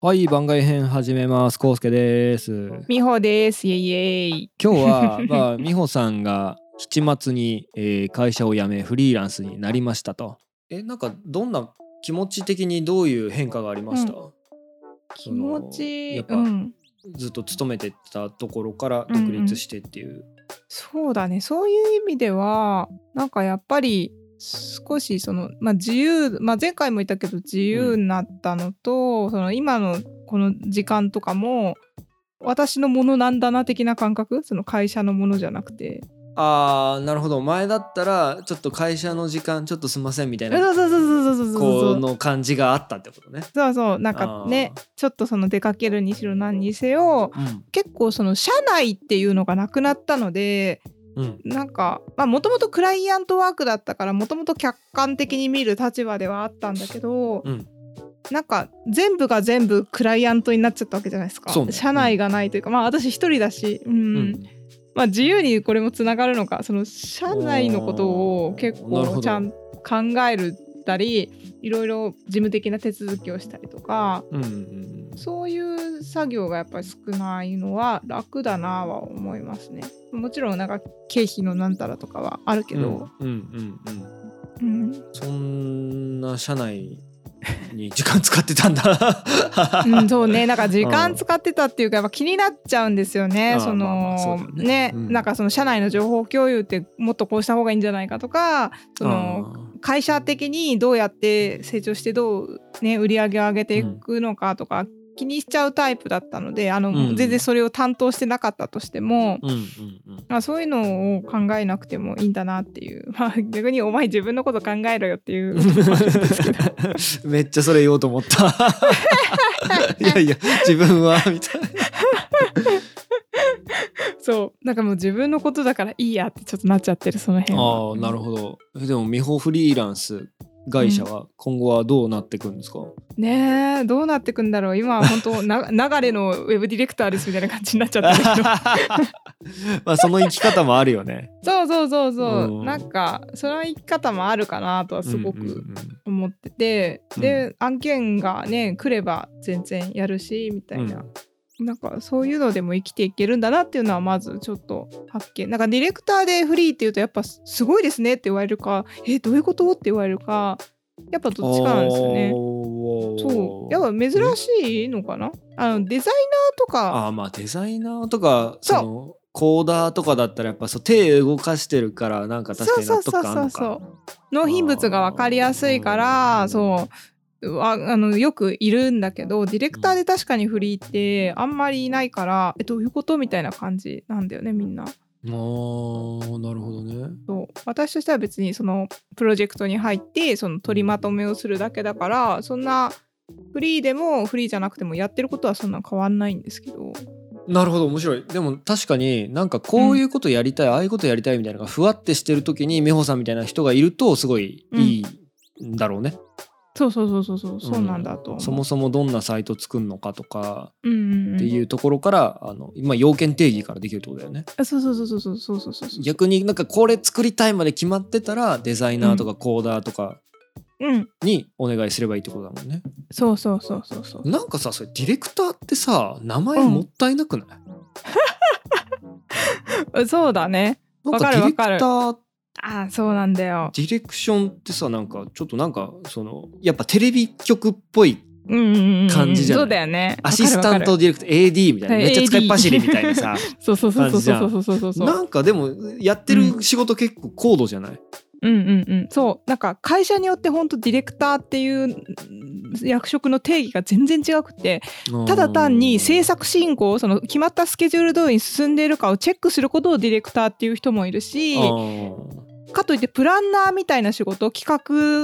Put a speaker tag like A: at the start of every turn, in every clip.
A: はい、番外編始めます。コウスケです。
B: みほです。イエイイエイ。
A: 今日は、まあ、美穂さんが7月に、えー会社を辞め、フリーランスになりましたと。え、なんか、どんな気持ち的にどういう変化がありました、
B: 気持ちい
A: や
B: い。
A: っぱ
B: うん。
A: ずっと勤めてたところから独立してっていう。
B: そうだね。そういう意味では、なんかやっぱり少しその、まあ、自由、まあ、前回も言ったけど自由になったのと、その今のこの時間とかも私のものなんだな的な感覚その会社のものじゃなくて。
A: あー、なるほど。前だったら、ちょっと会社の時間、ちょっとすんませんみたい
B: そう
A: な、
B: そうそうそうそうそ
A: こ
B: うそう。
A: の感じがあったってことね。
B: そうそうなんかね
A: あ
B: ちょっとその出かけるにしろ何にせよ
A: うん。
B: 結構その社内っていうのがなくなったので
A: うん。
B: なんかもともとクライアントワークだったからもともと客観的に見る立場ではあったんだけど、
A: うん。
B: なんか全部が全部クライアントになっちゃったわけじゃないですか、
A: そうね
B: 社内がないというか、まあ私一人だし、うん
A: うん
B: まあ、自由にこれもつながるのかその社内のことを結
A: おーなるほど
B: 構ちゃん考えるたりいろいろ事務的な手続きをしたりとか
A: うんうんうん
B: そういう作業がやっぱり少ないのは楽だなは思いますね。もちろんなんか経費のなんたらとかはあるけど、
A: うんうんうんうん
B: うん
A: そんな社内に時間使ってたんだ
B: うんそうねなんか時
A: うん
B: 間使ってたっていうかやっぱ気になっちゃうんですよ
A: あ
B: ね
A: ー
B: そ
A: まあまあそうだ
B: の
A: よね
B: ね
A: うん
B: なんかその社内の情報共有ってもっとこうした方がいいんじゃないかとかその会社的にどうやって成長してどう、ね、売り上げを上げていくのかとか気にしちゃうタイプだったのであの、
A: うん
B: 全然それを担当してなかったとしても。
A: うんうんうん
B: まあ、そういうのを考えなくてもいいんだなっていう、 まあ、逆にお前自分のこと考えろよっ ていう
A: めっちゃそれ言おうと思った いやいや自分はみたいな
B: そうなんかもう自分のことだからいいやってちょっとなっちゃってるその辺は
A: ああなるほどえでも美穂フリーランス会社は今後はどうなっていくんですか、
B: ねえどうなってくんだろう今は本当な流れのウェブディレクターですみたいな感じになっちゃって るけど
A: まあその生き方もあるよね
B: そうそうそうそう、
A: うん
B: なんかその生き方もあるかなとはすご
A: うんうんう
B: く
A: ん
B: 思ってて、
A: うん
B: で案件がね来れば全然やるしみたいな、なんかそういうのでも生きていけるんだなっていうのはまずちょっと発見なんかディレクターでフリーっていうとやっぱすすごいですねって言われるかえどういうことって言われるかやっぱどっちかなんですよね。
A: おー
B: そうやっぱ珍しいのかなあのデザイナーとか
A: あーまあデザイナーとかそ
B: そう
A: のコーダーとかだったらやっぱそう手動かしてるからなんか確かに納得感あるの
B: そうそうそ
A: か
B: う納品物が分かりやすいから
A: あー
B: そうああのよくいるんだけどディレクターで確かにフリーってあんまりいないからえどういうことみたいな感じなんだよねみんな。
A: なあなるほどね
B: そう私としては別にそのプロジェクトに入ってその取りまとめをするだけだからそんなフリーでもフリーじゃなくてもやってることはそんな変わんないんですけど
A: なるほど面白いでも確かになんかこういうことやりたい、ああいうことやりたいみたいなのがふわってしてる時に美穂さんみたいな人がいるとすごいいいんだろうね、
B: そうそうそうそうそうそうなんだと思う、
A: そもそもどんなサイト作るのかとか
B: うんうんうん
A: っていうところから、あの今要件定義からできるってことだよね
B: あそうそうそうそうそうそうそうそうそう
A: 逆になんかこれ作りたいまで決まってたらデザイナーとかコーダーとか
B: うん
A: にお願いすればいいってことだもんね、
B: そうそうそうそうそう
A: なんかさそれディレクターってさ名前もったいなくない、
B: あそうだね
A: なんかデ
B: わ
A: ィ
B: か
A: レ
B: る
A: クター
B: あそうなんだよ
A: ディレクションってさなんかちょっとなんかそのやっぱテレビ局っぽい
B: うんうんうんうん
A: 感じじゃない
B: そうだよね
A: アシスタント
B: わかるわか
A: ディレクター AD みたいな
B: はい
A: めっちゃ使いっ走り
B: AD
A: みたいな さ
B: るそうそうそうそうそうそうそうそうそう
A: なんかでもやってる仕事結構高度じゃない、
B: うんうんうん、そうなんか会社によって本当ディレクターっていううん役職の定義が全然違くてただ単に制作進行その決まったスケジュール通りに進んでいるかをチェックすることをディレクターっていう人もいるしかといってプランナーみたいな仕事企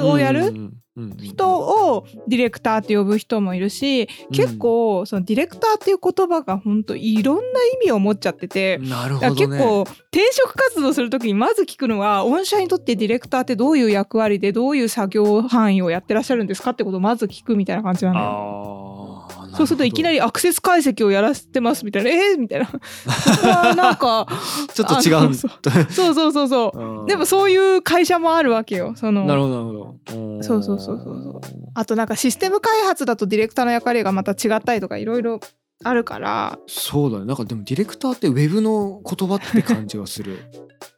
B: 画をやる人
A: 人
B: をディレクターって呼ぶ人もいるし結構そのディレクターっていう言葉が本当いろんな意味を持っちゃってて。
A: なるほ
B: だ
A: ど、
B: か
A: ね、
B: ら結構転職活動するときにまず聞くのは御社にとってディレクターってどういう役割でどういう作業範囲をやってらっしゃるんですかってことをまず聞くみたいな感じなのよ。
A: ああ
B: そうするといきなりアクセス解析をやらせてますみたいなえー、みたいなここはなんか
A: ちょっと違うん
B: あ
A: だ
B: そうそうそうそうそうでもそういう会社もあるわけよその
A: なるほどなるほど
B: そうそうそうそうあとなんかシステム開発だとディレクターの役割がまた違ったりとかいろいろあるから
A: そうだねなんかでもディレクターってウェブの言葉って感じがす る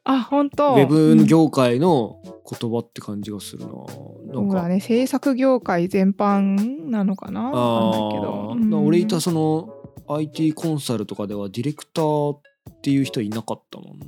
B: あ本
A: ウ
B: 当
A: ェブ業界の言葉って感じがするななん
B: ほ
A: から
B: ね制作業界全般なのかなわかんないけど
A: あ
B: う
A: ー
B: ん
A: 俺いたその IT コンサルとかではディレクターっていう人いなかったもんな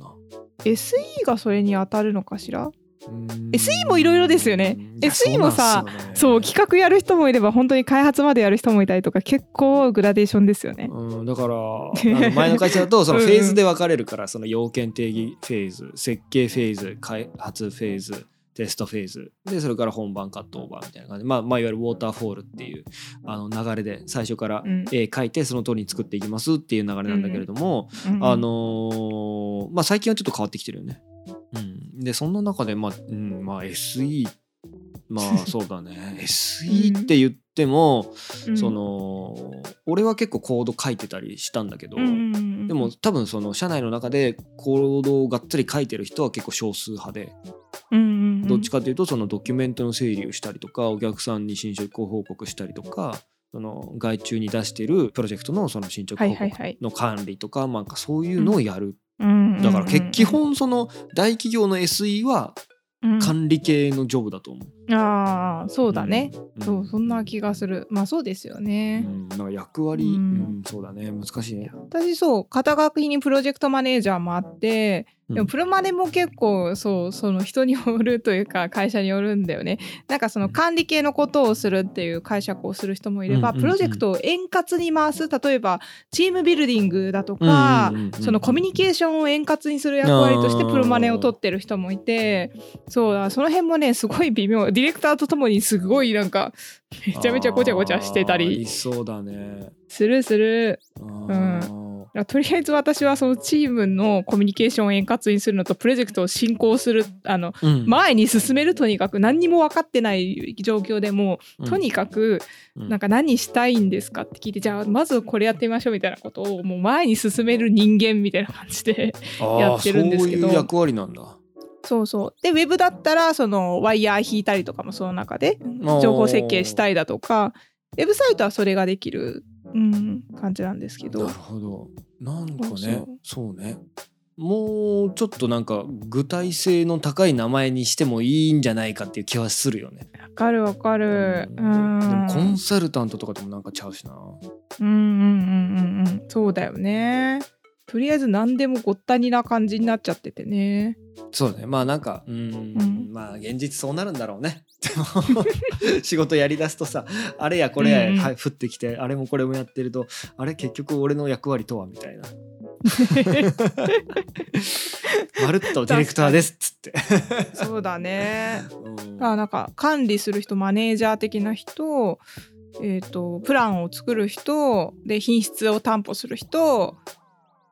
B: SE がそれに当たるのかしら
A: うーん
B: SE もいろいろですよね
A: いや
B: SE もさ
A: そうなんすよね
B: そう企画やる人もいれば本当に開発までやる人もいたりとか結構グラデーションですよね。
A: うん、だから あの前の会社だとそのフェーズで分かれるからその要件定義フェーズ設計フェーズ開発フェーズテストフェーズでそれから本番カットオーバーみたいな感じで、まあまあ、いわゆるウォーターフォールっていうあの流れで最初から
B: うん
A: 絵描いてその通りに作っていきますっていう流れなんだけれども、
B: うん
A: あのーまあ、最近はちょっと変わってきてるよね。うん、でそんな中で、まあうんまあ、SE ま あそうだね SE って言っても、
B: うん
A: その俺は結構コード書いてたりしたんだけど、
B: うんうんうん
A: でも多分その社内の中でコードをがっつり書いてる人は結構少数派で、
B: うんうんうん
A: どっちかというとそのドキュメントの整理をしたりとかお客さんに進捗を報告したりとかその外注に出してるプロジェクトのその進捗
B: は
A: 報
B: いはい
A: 告
B: はい。
A: の管理とか、なんかそういうのをやる、だ
B: だ
A: からけ基本その大企業の SE は管理系のジョブだと思う、
B: ああそうだね。
A: うん
B: そうそんな気がする。まあそうですよ
A: う
B: ね。
A: んなんか役割、
B: うん
A: うんそうだね難しいね
B: 私そう肩書きにプロジェクトマネージャーもあって、で
A: うん
B: もプロマネも結構そうその人によるというか 会社によるんだよね。なんかその管理系のことをするっていう解釈をする人もいれば、
A: うんうんうん
B: プロジェクトを円滑に回す例えばチームビルディングだとか、そのコミュニケーションを円滑にする役割としてプロマネを取ってる人もいてそうだその辺もねすごい微妙 ディレクターとともにすごいなんか めちゃめちゃごちゃごちゃしてた
A: あーい
B: り
A: そうだね
B: するする
A: あー
B: だからとりあえず私はそのチームのコミュニケーションを円滑にするのとプロジェクトを進行するあの
A: うん
B: 前に進めるとにかく何にも分かってない状況でもとにかく
A: うん
B: なんか何したいんですかって聞いてじゃあまずこれやってみましょうみたいなことをもう前に進める人間みたいな感じで。やってるんですけど
A: あーそういう役割なんだ
B: そうそうでウェブだったらそのワイヤー引いたりとかもその中で情報設計した
A: い
B: いだとかウェブサイトはそれができる、うん、感じなんですけ
A: なる
B: ど
A: ほどなんか
B: そうそ
A: ね
B: う
A: そうねもうちょっとなんか具体性の高い名前にしてもいいんじゃないかっていう気はするよね。
B: わかるわかる
A: うん
B: う
A: で
B: ん
A: もコンサルタントとかでもなんかちゃうしな。
B: うんうんうんうんうんそうだよねとりあえず何でもごったにな感じになっちゃっててね
A: そうだねまあなんかうん
B: うん
A: まあ現実そうなるんだろうね でも仕事やりだすとさあれやこれや、
B: うんうん
A: はい降ってきてあれもこれもやってるとあれ結局俺の役割とはみ たいなまるっとディレクターですっつって、
B: そうだね
A: うん
B: あなんか管理する人マネージャー的な人、えー、とプランを作る人で品質を担保する人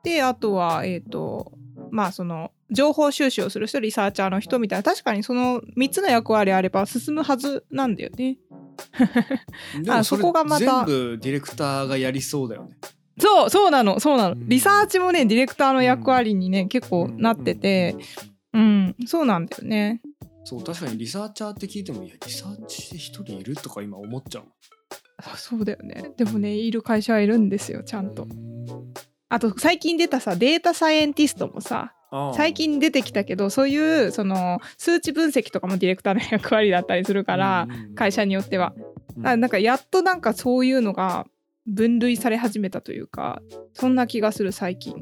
B: であとはえっ、とまあその情報収集をする人リサーチャーの人みたいな確かにその3つの役割あれば進むはずなんだよね。
A: でも
B: あ
A: れ
B: そこがま
A: 全
B: た
A: 部ディレクターがやりそうだよね
B: そうそうなのそうなの、
A: うん
B: リサーチもねディレクターの役割にね結構なってて、うん、そうなんだよね。
A: そう確かにリサーチャーって聞いてもいやリサーチして一人いるとか今思っちゃう
B: あそうだよねでもねいる会社はいるんですよちゃんと。あと最近出たさデータサイエンティストもさ最近出てきたけどそういうその数値分析とかもディレクターの役割だったりするから、会社
A: に
B: によっては、
A: うん
B: あなんかやっとなんかそういうのが分類され始めたというかそんな気がする最近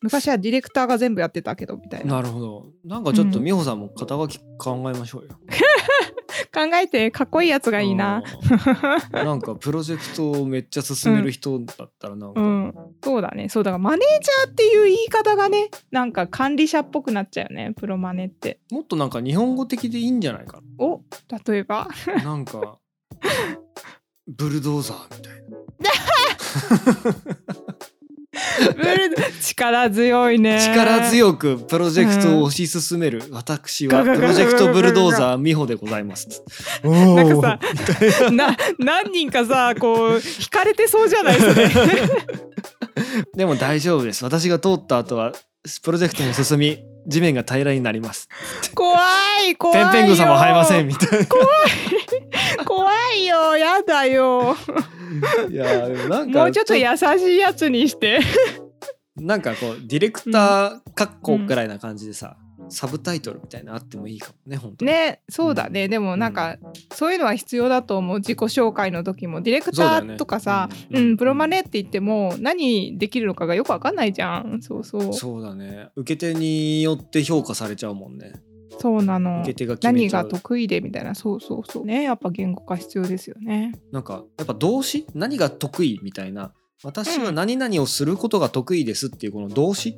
B: 昔はディレクターが全部やってたけどみたいな
A: なるほどなんかちょっと
B: うん
A: 美穂さんも肩書き考えましょうよ、
B: 考えてかっこいいやつがいいな
A: うんなんかプロジェクトをめっちゃ進める人だったらなんか、
B: うんそうだねそうだからマネージャーっていう言い方がねなんか管理者っぽくなっちゃうよねプロマネって
A: もっとなんか日本語的でいいんじゃないか
B: お例え ば
A: ななんかブルドーザーみたい
B: ブル力強いね
A: な力強くプロジェクトを推し進める、私はプロジェクトブルドーザー美穂でございます
B: なんかさ、 な何人かさ、こう惹かれてそうじゃない ですか。
A: でも大丈夫です私が通った後はプロジェクトも進み地面が平らになります
B: 怖い怖い
A: 天
B: よ。
A: 変草も生えませんみたいな
B: 怖いいよやだよ
A: いやでもなんか
B: もうちょっと優しいやつにして
A: なんかこうディレクターかっこぐらいな感じでさ、サブタイトルみたいなのあってもいいかもね本当に
B: ねそうだねでもなんか、そういうのは必要だと思う自己紹介の時もディレクターとかさう、
A: そうだよねうん
B: ん、プロマネって言っても何できるのかがよくわかんないじゃんそうそうそ
A: そうだね受け手によって評価されちゃうもんね
B: うなの
A: 受け手が決め
B: 何
A: ちゃ
B: が
A: う
B: 得意でみたいなそうそうそうねやっぱ言語化必要ですよね
A: なんかやっぱ動詞何が得意みたいな私は何々をすることが得意ですっていうこの動詞、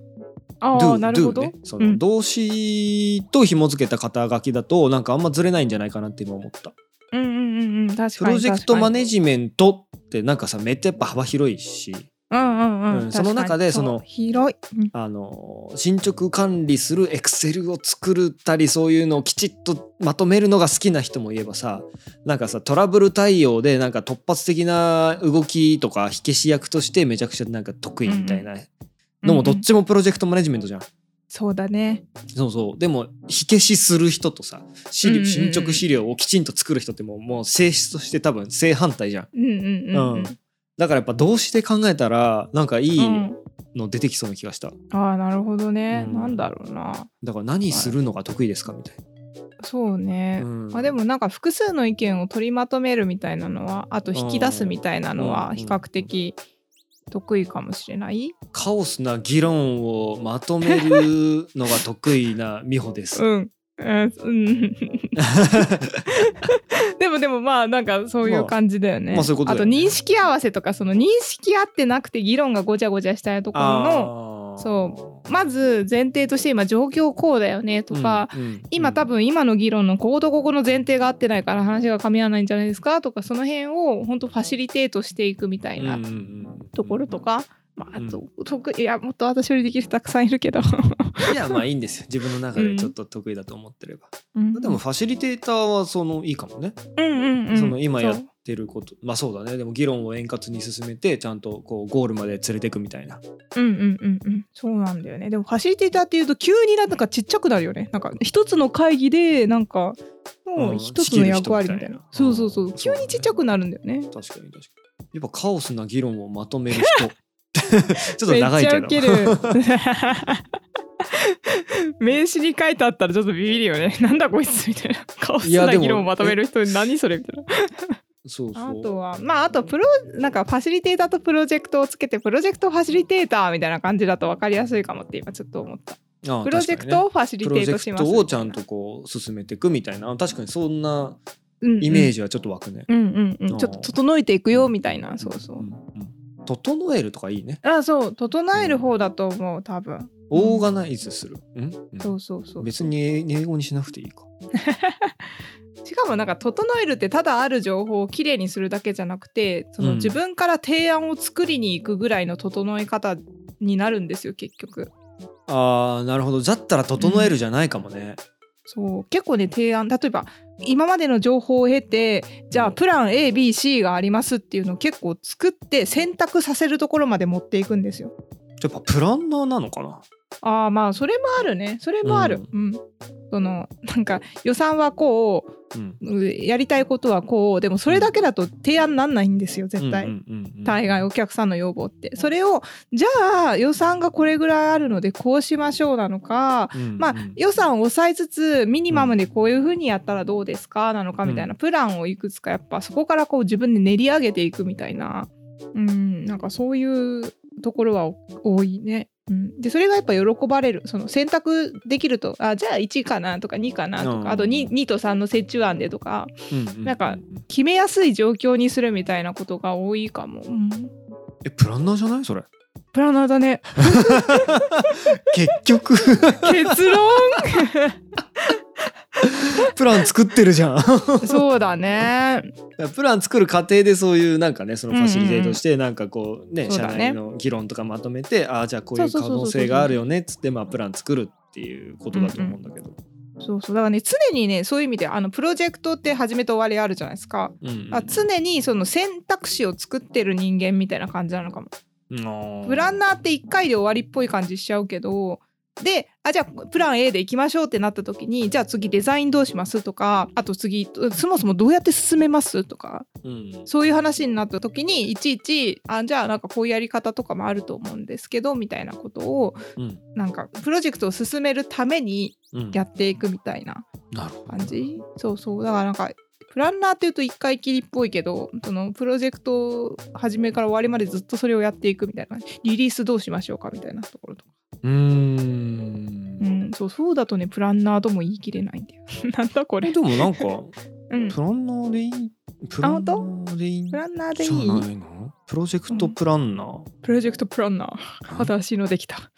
B: ああ
A: do
B: なるほ
A: do
B: ど、
A: ねそ
B: うん
A: の動詞と紐付けた肩書きだとなんかあんまずれないんじゃないかなって今思った
B: うんうんうんうん確かに
A: プロジェクトマ
B: ジ
A: ネジメントってなんかさめっちゃやっぱ幅広いし
B: うんうんうん、
A: うん
B: 確かに
A: その中でその
B: う広い、うん
A: あの進捗管理するエクセルを作ったりそういうのをきちっとまとめるのが好きな人もいればさなんかさトラブル対応でなんか突発的な動きとか火消し役としてめちゃくちゃなんか得意みたいなのもどっ
B: うんうん
A: ちもプロジェクトマネジメントじゃん。
B: そうだね
A: そうそうでも火消しする人とさ資
B: うんう
A: 料
B: んう
A: 進
B: ん
A: 捗資料をきちんと作る人ってもうもう性質として多分正反対じゃん。
B: うんうんうん、うん
A: うんだからやっぱ動詞で考えたらなんかいい
B: うん
A: の出てきそうな気がした。
B: ああなるほどね、
A: うん
B: なんだろうな
A: だから何するのが得意ですかみたい
B: そうね
A: な。、うん
B: まあでもなんか複数の意見を取りまとめるみたいなのはあと引き出すみたいなの
A: うんう
B: は
A: ん
B: 比較的得意かもしれない、
A: カオスな議論をまとめるのが得意な美穂です。
B: うんうん うん、でもでもまあなんかそういう感じだよね。
A: まあまあそういうことだよ
B: と
A: ね
B: 認識合わせとかその認識合ってなくて議論がごちゃごちゃしたいところの
A: ー
B: そまず前提として今状況こうだよねとか、、
A: うんうん
B: 今多分今の議論のこことここの前提が合ってないから話が噛み合わないんじゃないですかとかその辺を本当ファシリテートしていくみたいなところと。か、まあ、あと得意いやもっと私よりできる人たくさんいるけど。
A: うんうんいやまあいいんですよ自分の中でちょっと得意だと思ってれば。
B: うん
A: でもファシリテーターはそのいいかもね。
B: うんうんうん
A: その今やっ
B: そう
A: てることまあそうだねでも議論を円滑に進めてちゃんとこうゴールまで連れてくみたいな。
B: うんうんうんうんそうなんだよねでもファシリテーターっていうと急になんかちっちゃくなるよねなんか一つの会議でなんか
A: う
B: も
A: ん
B: う一つの役割みたいな,、
A: 仕切
B: そ
A: る人みたいな
B: うそうそう急にちっちゃくなるんだよね
A: 確かに確かに。やっぱカオスな議論をまとめる 人。 ちょっと長いけど。
B: めっちゃウケる名刺に書いてあったらちょっとビビるよね なんだこいつみたいな顔す
A: いや
B: な
A: でも
B: 議論をまとめる人何それみたいな
A: そうそう。
B: あとはまああとプロなんかファシリテーターとプロジェクトをつけてプロジェクトファシリテーターみたいな感じだと分かりやすいかもって今ちょっと思った
A: ああ
B: プロジェク
A: 確かに
B: トをファシリ
A: ね
B: テートします
A: プロジェクトをちゃんとこう進めていくみたいな確かにそんなイメー
B: ジ
A: ジはちょっと湧くね、
B: うんうんう
A: あー
B: ん、ちょっと整えていくよみたいなそうそうん
A: ん整えるとかいいね
B: あそう整える方だと思う多分
A: オーガナイズする、うんうん
B: そうそうそう
A: 別に英語にしなくていいか
B: しかもなんか整えるってただある情報をきれいにするだけじゃなくてその
A: うん
B: 自分から提案を作りに行くぐらいの整え方になるんですよ結局
A: あーなるほどだったら整えるじゃないかもね、
B: そう結構ね提案例えば今までの情報を経てじゃあプラン ABC がありますっていうのを結構作って選択させるところまで持っていくんですよ
A: やっぱプランナーなのかな
B: ああまあそれもあるねそれもある、うんそのなんか予算はこ
A: うん
B: ううやりたいことはこうでもそれだけだと提案なんないんですよ絶対、
A: うんうんうんうん
B: 大概お客さんの要望ってそれをじゃあ予算がこれぐらいあるのでこうしましょうなのか
A: うんうん
B: まあ予算を抑えつつミニマムでこういうふうにやったらどうですかなのかみたいなプランをいくつかやっぱそこからこう自分で練り上げていくみたいなうんなんかそういうところは多いね。うん、でそれがやっぱ喜ばれるその選択できるとあじゃあ1かなとか2かなと
A: うん
B: かあと 2, 2と3の折衷案でとか
A: うんうんうん
B: なんか決めやすい状況にするみたいなことが多いかも。うん
A: えプランナーじゃないそれ
B: プランナーだ ね。
A: 結局
B: 結論
A: プラン作ってるじゃん
B: そうだね。
A: だからプラン作る過程でそういうなんかねそのファシリテートしてなんかこうね、
B: そう
A: 社
B: だね
A: 内の議論とかまとめてああじゃあこういう
B: そう
A: 可
B: そうそうそう
A: 能性があるよねっつってまあプラン作るっていうことだと思うんだけど、
B: そうそうだからね常にねそういう意味であのプロジェクトって始めと終わりあるじゃないですか。
A: うんうん
B: あ常にその選択肢を作ってる人間みたいな感じなのかも。
A: うん
B: プランナーって1回で終わりっぽい感じしちゃうけどであじゃあプラン A で行きましょうってなった時にじゃあ次デザインどうしますとかあと次そもそもどうやって進めますとか
A: うん
B: そういう話になった時にいちいちあじゃあなんかこういうやり方とかもあると思うんですけどみたいなことを
A: うん
B: なんかプロジェクトを進めるために
A: うん
B: やっていくみたいな
A: なるほど
B: 感じそうそうだからなんかプランナーっていうと一回きりっぽいけどそのプロジェクト始めから終わりまでずっとそれをやっていくみたいなリリースどうしましょうかみたいなところとか
A: うーん
B: うんそうそうだとねプランナーとも言い切れないんだよ なんだこれ
A: えでもなんか
B: うん
A: プランナーでいいプランナーでいいん
B: プ
A: じゃ
B: ランナーでいい
A: ないのプロジェクトプランナー
B: プロジェクトプランナー新しいのできた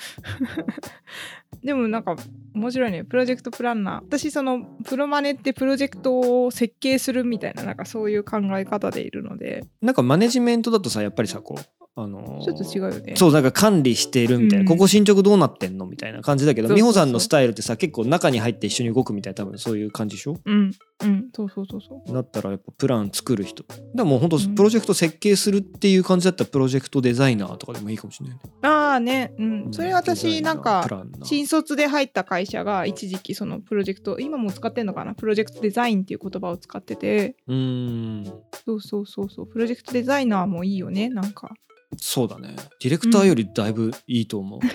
B: でもなんか面白いねプロジェクトプランナー私そのプロマネってプロジェクトを設計するみたいななんかそういう考え方でいるので
A: なんかマネジメントだとさやっぱりさこうあのー
B: ちょっと違うよね
A: そうなんか管理しているみたいな、
B: うん
A: ここ進捗どうなってんのみたいな感じだけど
B: そうそうそ
A: 美
B: う
A: 穂さんのスタイルってさ結構中に入って一緒に動くみたいな多分そういう感じでしょ
B: うんうんそうそうそうそう
A: だったらやっぱプラン作る人だからもう本当
B: うん
A: プロジェクト設計するっていう感じだったらプロジェクトデザイナーとかでもいいかもしれないね、
B: ああねうんそれ
A: デザ
B: 私
A: イ
B: な
A: ナー
B: んか
A: プランナー
B: 新卒で入った会社が一時期そのプロジェクト今も使ってんのかなプロジェクトデザインっていう言葉を使ってて
A: うーん
B: そうそうそうそうプロジェクトデザイナーもいいよねなんか
A: そうだねディレクターよりだいぶいいと思う、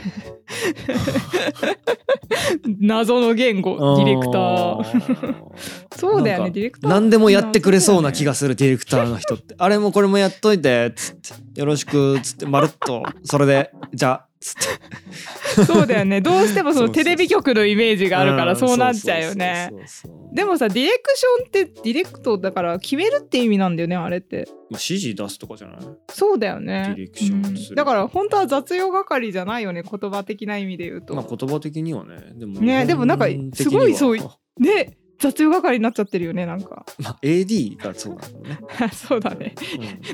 B: 謎の言語 ディレクター
A: ー
B: そうだよ
A: な
B: ね
A: んか
B: ディレクター
A: 何でもやってくれそうな気
B: が
A: がするディレクターの人 ってあれもこれもやっといてつってよろしくつってまるっとそれでじゃあつって
B: そうだよねどうしてもそ
A: そうそう
B: の
A: そ
B: テ
A: う
B: レビ局のイメージがあるから
A: ん
B: そうなっちゃうよね
A: そうそうそうそう
B: でもさディレクションってディレクトだから決めるって意味なんだよねあれって
A: まあ指示出すとかじゃない
B: そうだよね
A: ディレクションする
B: うんだから本当は雑用係じゃないよね言葉的な意味で言うと、
A: まあ言葉的にはねでも
B: ねでもなんか
A: 日本的には
B: すごいそうで雑用係になっちゃってるよねなんか
A: まあ AD がそうなのね
B: そうだね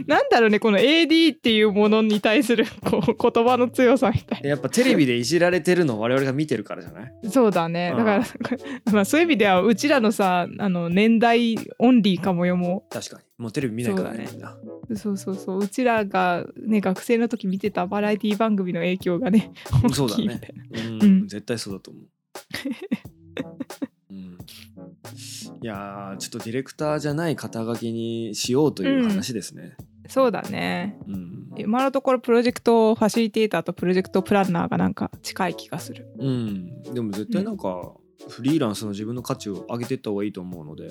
B: なんだろうねこの AD っていうものに対するこう言葉の強さみたい
A: うんやっぱテレビでいじられてるのを我々が見てるからじゃない
B: なそうだねだから、 まあ、そういう意味ではうちらのさあの年代オンリーかもよも
A: 確かにもうテレビ見ないからね
B: そ
A: みんな
B: そうそうそううちらがね学生の時見てたバラエティ番組の影響がね大
A: そうだ
B: きいみたい
A: ね
B: な。
A: うん、
B: うん
A: 絶対そうだ と思う。うん、いやーちょっとディレクターじゃない肩書きにしようという話ですね。
B: そうだね
A: うん
B: 今のところプロジェクトファシリテーターとプロジェクトプランナーがなんか近い気がする
A: うんでも絶対なんかフリーランスの自分の価値を上げていった方がいいと思うので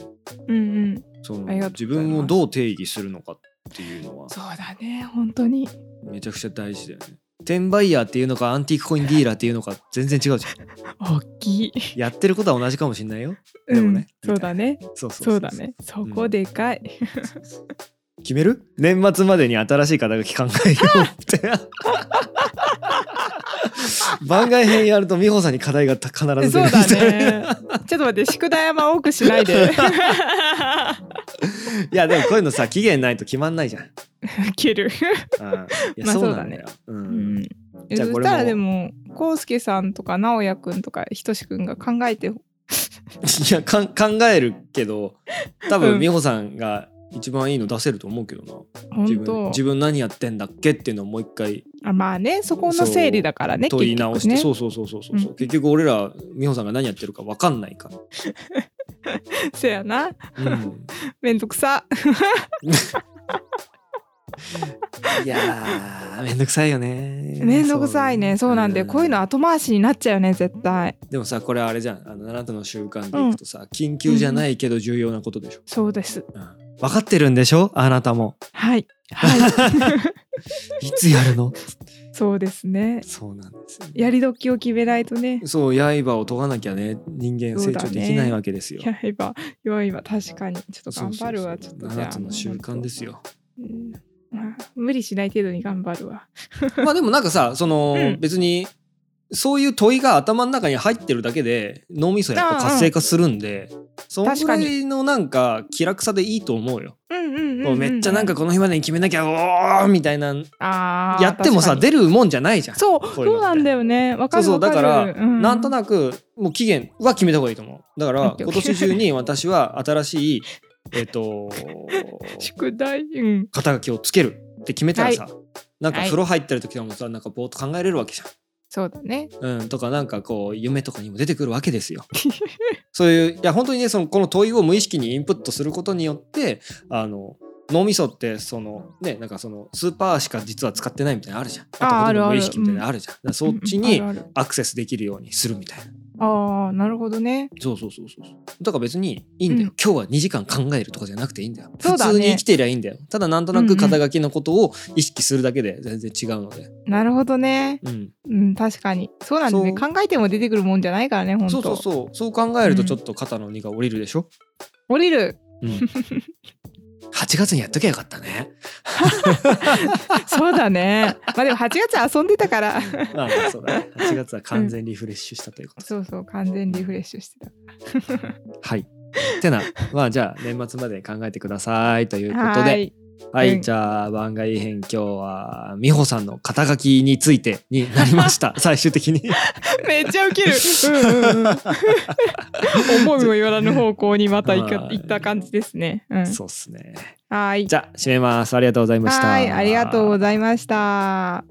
B: うんうん
A: その
B: ありがと
A: 自
B: うございます
A: 分をどう定義するのかっていうのは
B: そうだね本当に
A: めちゃくちゃ大事だよね。転売ヤーっていうのかアンティークコインディーラーっていうのか全然違うじ ゃん。
B: 大きい
A: やってることは同じかもしんないよ。でもね
B: うんそうだね
A: そうそう
B: そうだねそこでかい、
A: 決める年末までに新しい肩書き考えようって番外編やると美穂さんに課題が必ず出て
B: そう
A: る
B: だねちょっと待って宿題は多くしない で
A: いやでもこういうのさ期限ないと決まんないじゃん、
B: 切る、
A: うんいや
B: まあ
A: そうなんだよ、う
B: うんん、
A: じゃあ
B: そ
A: これも
B: したらでもこうすけさんとか直哉くんとかひとしくんが考えて
A: いやかん考えるけど多
B: う
A: 分
B: ん
A: 美穂さんが一番いいの出せると思うけどな、自分
B: 本当
A: 自分何やってんだっけっていうのをもう一回
B: あまあねそこの整理だからね
A: 問い
B: 結局
A: 直して、
B: ね
A: そうそうそうそうそう、う
B: うん
A: 結局俺ら美穂さんが何やってるか分かんないか
B: せやな
A: ら、うん
B: めんどくさ
A: いやーめんどくさいよね
B: めんどくさいねそうなんでこういうの後回しになっちゃうよね絶対
A: でもさこれあれじゃんあのあなたの習慣でいくとさ、緊急じゃないけど重要なことでしょ、
B: そうです
A: うん分かってるんでしょあなたも
B: はいはい
A: いつやる の
B: そうですね
A: そうなんですよね、
B: やり時を決めないとね
A: そう刃を研がなきゃね人間成長できないわけですよ
B: やれば弱いわ確かにちょっと
A: そう
B: 頑
A: そうそう
B: 張るわちょっと
A: あ
B: じゃ
A: な
B: あ
A: たの習慣ですよ
B: うんまあ無理しない程度に頑張るわ
A: まあでもなんかさその、
B: うん
A: 別にそういう問いが頭の中に入ってるだけで脳みそやっぱ活性化するんで、そのぐらいのなんか気楽さでいいと思うよ。
B: うんうんうん、
A: こうめっちゃなんかこの日までに決めなきゃおーみたいな
B: あー
A: やってもさ
B: 確かに
A: 出るもんじゃないじゃん。
B: そう
A: こういうのって
B: そうなんだよねわか
A: そう
B: る
A: そう
B: わか
A: だ
B: る
A: から、
B: うん
A: なんとなくもう期限は決めた方がいいと思うだから
B: オッケー
A: 今年中に私は新しいえっ と
B: 宿題うん
A: 肩書きをつけるって決めたらさ、なんか
B: はい
A: 風呂入ってる時でもさなんかぼーっと考えれるわけじゃん
B: そうだね。
A: うん、とかなんかこう夢とかにも出てくるわけですよ。 そういういや本当にねそのこの問いを無意識にインプットすることによってあの脳みそってそのねなんかそのスーパーしか実は使ってないみたいなのあるじゃん。
B: あーあるある
A: 無意識みたいなのあるじゃん。だからそっちに
B: うんうんあるある
A: アクセスできるようにするみたいな。
B: あーなるほどね。
A: そうそうそうそうそう。だから別にいいんだよ、
B: うん
A: 今日は2時間考えるとかじゃなくていいんだよ。
B: そうだね
A: 普通に生きてりゃいいんだよ。ただなんとなく肩書きのことを意識するだけで全然違うので。
B: なるほどね。
A: うん。
B: うん確かに。そうなんですね。
A: そ
B: 考えても出てくるもんじゃないからね本
A: そ
B: 当。
A: うそうそう。そう考えるとちょっと肩の荷が下りるでしょ。
B: 降りる。
A: うん、8月にやっときゃよかったね。
B: そうだね。まあでも8月遊んでたから。
A: まあまあそうだね。8月は完全リフレッシュしたということで。
B: そうそう完全リフレッシュしてた。
A: はい。てな、まあじゃあ年末まで考えてくださいということで、
B: は
A: は
B: ー
A: い、
B: い。うん
A: じゃあ番外編今日は美穂さんの肩書きについてになりま した。最終的に。
B: めっちゃウケる。うん うんうん。思いもよらぬ方向にまた行か
A: はい
B: 行った感じですね。うん、
A: そうっすね。
B: はい。
A: じゃあ締めます。ありがとうございました。
B: はい、ありがとうございました。